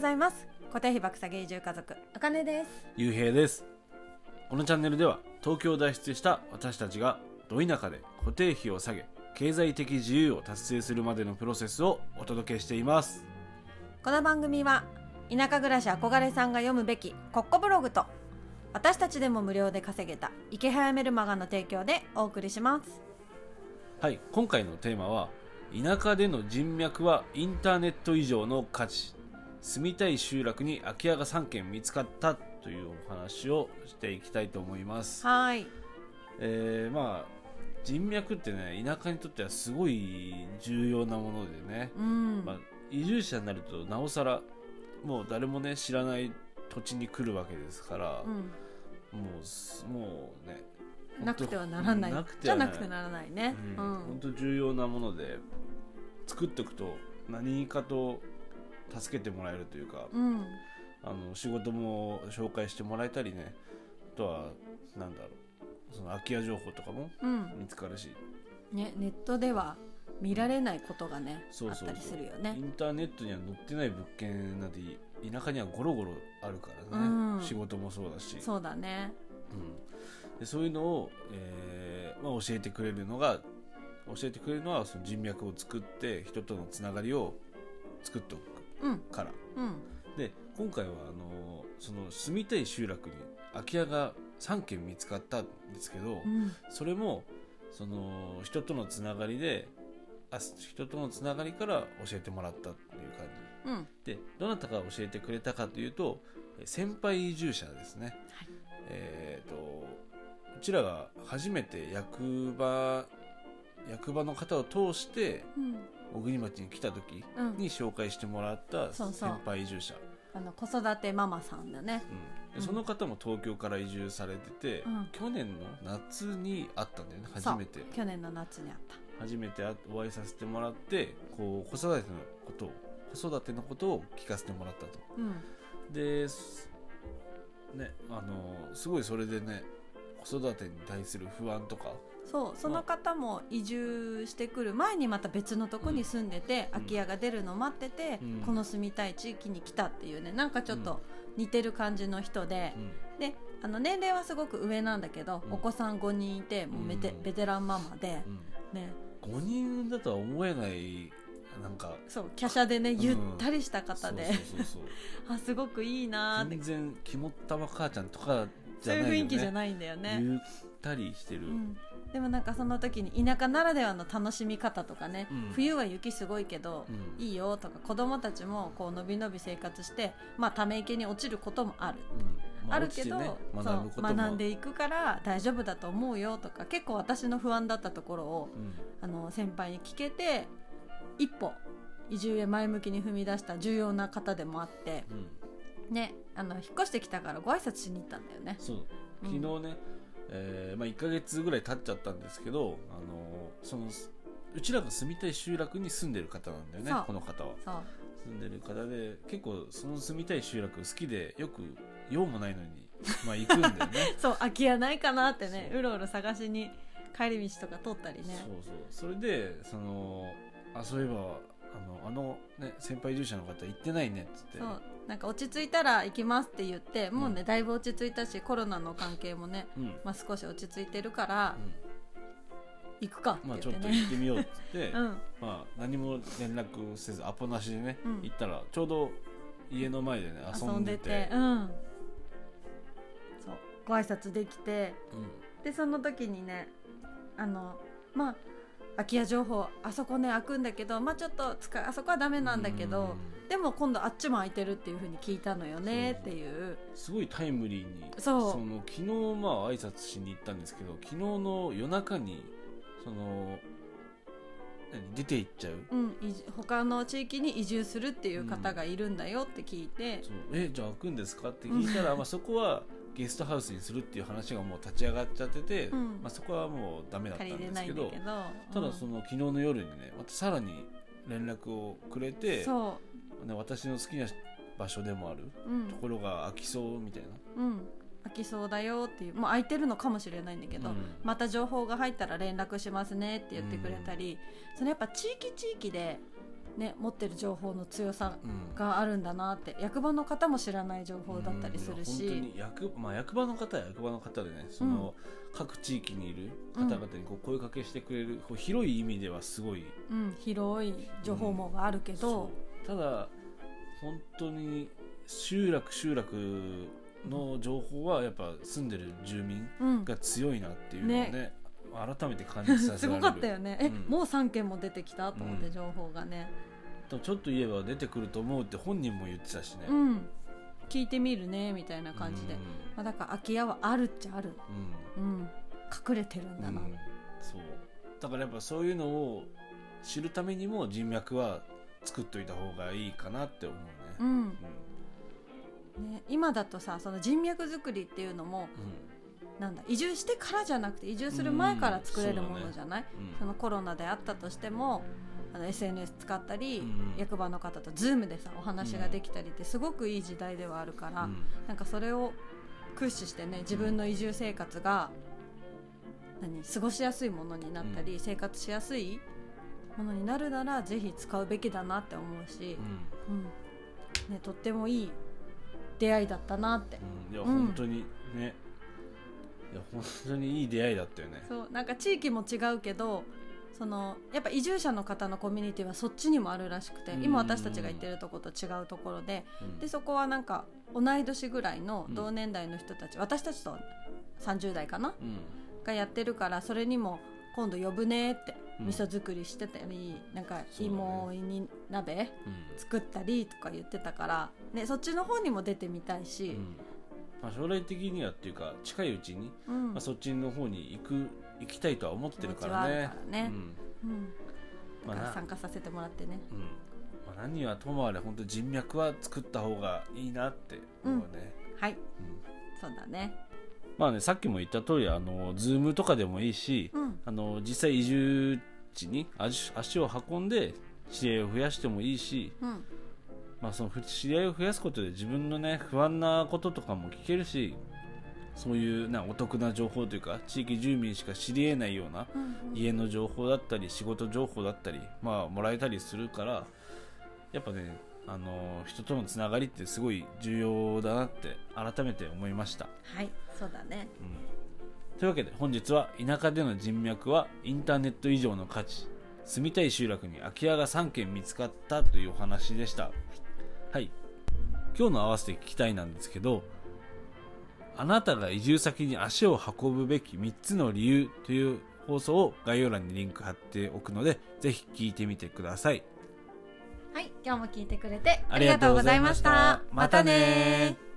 ざいます固定費爆下げ移住家族あかねですゆうへいですこのチャンネルでは東京を脱出した私たちがど田舎で固定費を下げ経済的自由を達成するまでのプロセスをお届けしていますこの番組は田舎暮らし憧れさんが読むべきコッコブログと私たちでも無料で稼げた池早メルマガの提供でお送りしますはい今回のテーマは田舎での人脈はインターネット以上の価値住みたい集落に空き家が3軒見つかったというお話をしていきたいと思いますはーいえー、まあ人脈ってね田舎にとってはすごい重要なものでね、うん、まあ、移住者になるとなおさらもう誰もね知らない土地に来るわけですから、うもうすもうねん、なくてはならないうんなくてじゃはなないくてならないねう本ん、当重要なもので作っておくと何かと助けてもらえるというか、うんあの仕事も紹介してもらえたりねあとはなんだろうその空き家情報とかもうん見つかるし、ね、ネットでは見られないことがねそうそうあそうったりするよイねンターネットには載ってない物件なんて田舎にはゴロゴロあるからね、うん仕事もそうだしそうだねうん、でそういうのを、えーまあ、教えてくれるのが教えてくれるのはその人脈を作って人とのつながりを作っておくうんからうんで今回はあのその住みたい集落に空き家が3軒見つかったんですけど、うんそれもその人とのつながりであ人とのつながりから教えてもらったっていう感うんじでどなたが教えてくれたかというとえ先輩移住者ですねはいえー、とうちらが初めて役場役場の方を通してうん小国町に来た時うんに紹介してもらったそう先そう輩移住者あの子育てママさんだねうんでうんその方も東京から移住されてて、うん去年の夏に会ったんだよねそう初めて去年の夏にあった初めて会お会いさせてもらってこう子育てのことを子育てのことを聞かせてもらったとうんですねあのすごいそれでね子育てに対する不安とかそうその方も移住してくる前にまた別のとこに住んでて、うん空き家が出るのを待ってて、うんこの住みたい地域に来たっていうねなんかちょっと似てる感じの人で、であの年齢はすごく上なんだけど、うんお子さん5人いてもうベテ,、うんベテランママでう、んね、 5人だとは思えないなんかそう華奢でねんゆったりした方で、そうそうそうそう あすごくいいなーって全然肝っ玉母ちゃんとかじそゃうないいうよ、ね、雰囲気じゃないんだよね。ゆったりしてる、うんでもなんかその時に田舎ならではの楽しみ方とかね、うん冬は雪すごいけど、うんいいよとか子供たちもこうのびのび生活してまあため池に落ちることもある、うんまあ、るけど、落ちてね学ぶこそうとも学んでいくから大丈夫だと思うよとか結構私の不安だったところをうんあの先輩に聞けて一歩移住へ前向きに踏み出した重要な方でもあってうんねあの引っ越してきたからご挨拶しに行ったんだよね。そううん昨日ね、えーまあ、1か月ぐらい経っちゃったんですけど、あのーそのうちらが住みたい集落に住んでる方なんだよねそうこの方はそう住んでる方で結構その住みたい集落好きでよく用もないのに、まあ、行くんだよ ねそう空き家ないかなってねそううろうろ探しに帰り道とか通ったりねそうそうそれでそのあそういえばあのあの、ね、先輩住者の方行ってないねっつってそうなんか落ち着いたら行きますって言ってもうね、うんだいぶ落ち着いたしコロナの関係もね、うん、うまあ、少し落ち着いてるから、ん行くかって言まあっちょてっとね、行ってみようっつ って、うんまあ何も連絡せずアポなしでね、うん行ったらちょうど家の前でね遊遊んんででててうんそうご挨拶できてうんでその時にねあのまあ空き家情報あそこね開くんだけどまあちょっと使いあそこはダメなんだけど、でも今度あっちも空いてるっていうふうに聞いたのよねっていううんすごいタイムリーにそうの昨日まあ挨拶しに行ったんですけど昨日の夜中にその何出て行っちゃううん、移住他の地域に移住するっていう方がいるんだよって聞いて、そうえじゃあ開くんですかって聞いたら、まあ、そこはゲストハウスにするっていう話がもう立ち上がっちゃってて、うんまあ、そこはもうダメだったん借りれですないけんだどけどただその、の昨日の夜にねまたさらに連絡をくれて、そね、私の好きな場所でもあるう、うんところが空きそうみたいな、うん、空きそうだよっていうもう空いてるのかもしれないんだけど、うんまた情報が入ったら連絡しますねって言ってくれたり、そのやっぱ地域地域でね、持ってる情報の強さうんがあるんだなって役場の方も知らない情報だったりするうんいや本し当に役,、まあ、役場の方は役場の方でねその、各地域にいる方々にこう声かけしてくれる、こう広い意味ではすごいうん、広い情報網があるけど、そうただ本当に集落集落の情報はやっぱ住んでる住民うんが強いなっていうのをねね改めて感じ させすられごるかったよねえ、うんもう3件も出てきたと思っうてん情報がねでもちょっと言えば出てくると思うって本人も言ってたしね、うん、聞いてみるねみたいな感じで、うんまあ、だから空き家はあるっちゃある、うんうん、隠れてるんだな、うんそうだからやっぱそういうのを知るためにも人脈は作っといた方がいいかなって思うね、うんうんね、今だとさその人脈作りっていうのもなんだ移住してからじゃなくて移住する前から作れるものじゃない、うんうんそのコロナであったとしてもあの SNS 使ったり、うん役場の方と Zoom でさお話ができたりってすごくいい時代ではあるから、うんなんかそれを駆使してね自分の移住生活が、何過ごしやすいものになったり、う生活しやすいものになるならぜひ使うべきだなって思うし、うんね、とってもいい出会いだったなって。うんいやうん本当にね、いや本当にいい出会いだったよねそうなんか地域も違うけどそのやっぱ移住者の方のコミュニティはそっちにもあるらしくてうん今私たちが行ってるとこと違うところでうんでそこはなんか同い年ぐらいのうん同年代の人たち、私たちと30代かなうんがやってるからそれにも今度呼ぶねってうん味噌作りしてたり、なんかそうだね芋に鍋うん作ったりとか言ってたから、ね、そっちの方にも出てみたいしう、んまあ、将来的にはっていうか近いうちに、うんまあ、そっちの方に行く行きたいとは思ってるか気持らちはあねるからねうんうんまだかあらな参加させてもらってね。うんまあ、何はともあれ本当人脈は作った方がいいなって思うね、はいうんそうだね、まあねさっきも言った通りあの Zoom とかでもいいし、うんあの実際移住地に足足を運んで知り合いを増やしてもいいし、うんまあ、そのふ知り合いを増やすことで自分のね不安なこととかも聞けるしそういうなお得な情報というか地域住民しか知り得ないようなうん家の情報だったり仕事情報だったり、まあ、もらえたりするからやっぱねあの人とのつながりってすごい重要だなって改めて思いました、はい、そうだね。うん、というわけで本日は田舎での人脈はインターネット以上の価値住みたい集落に空き家が3軒見つかったというお話でしたはい今日の合わせて聞きたいなんですけどあなたが移住先に足を運ぶべき3つの理由という放送を概要欄にリンク貼っておくのでぜひ聞いてみてくださいはい、今日も聞いてくれてありがとうございましたありがとうございましたまたねまたね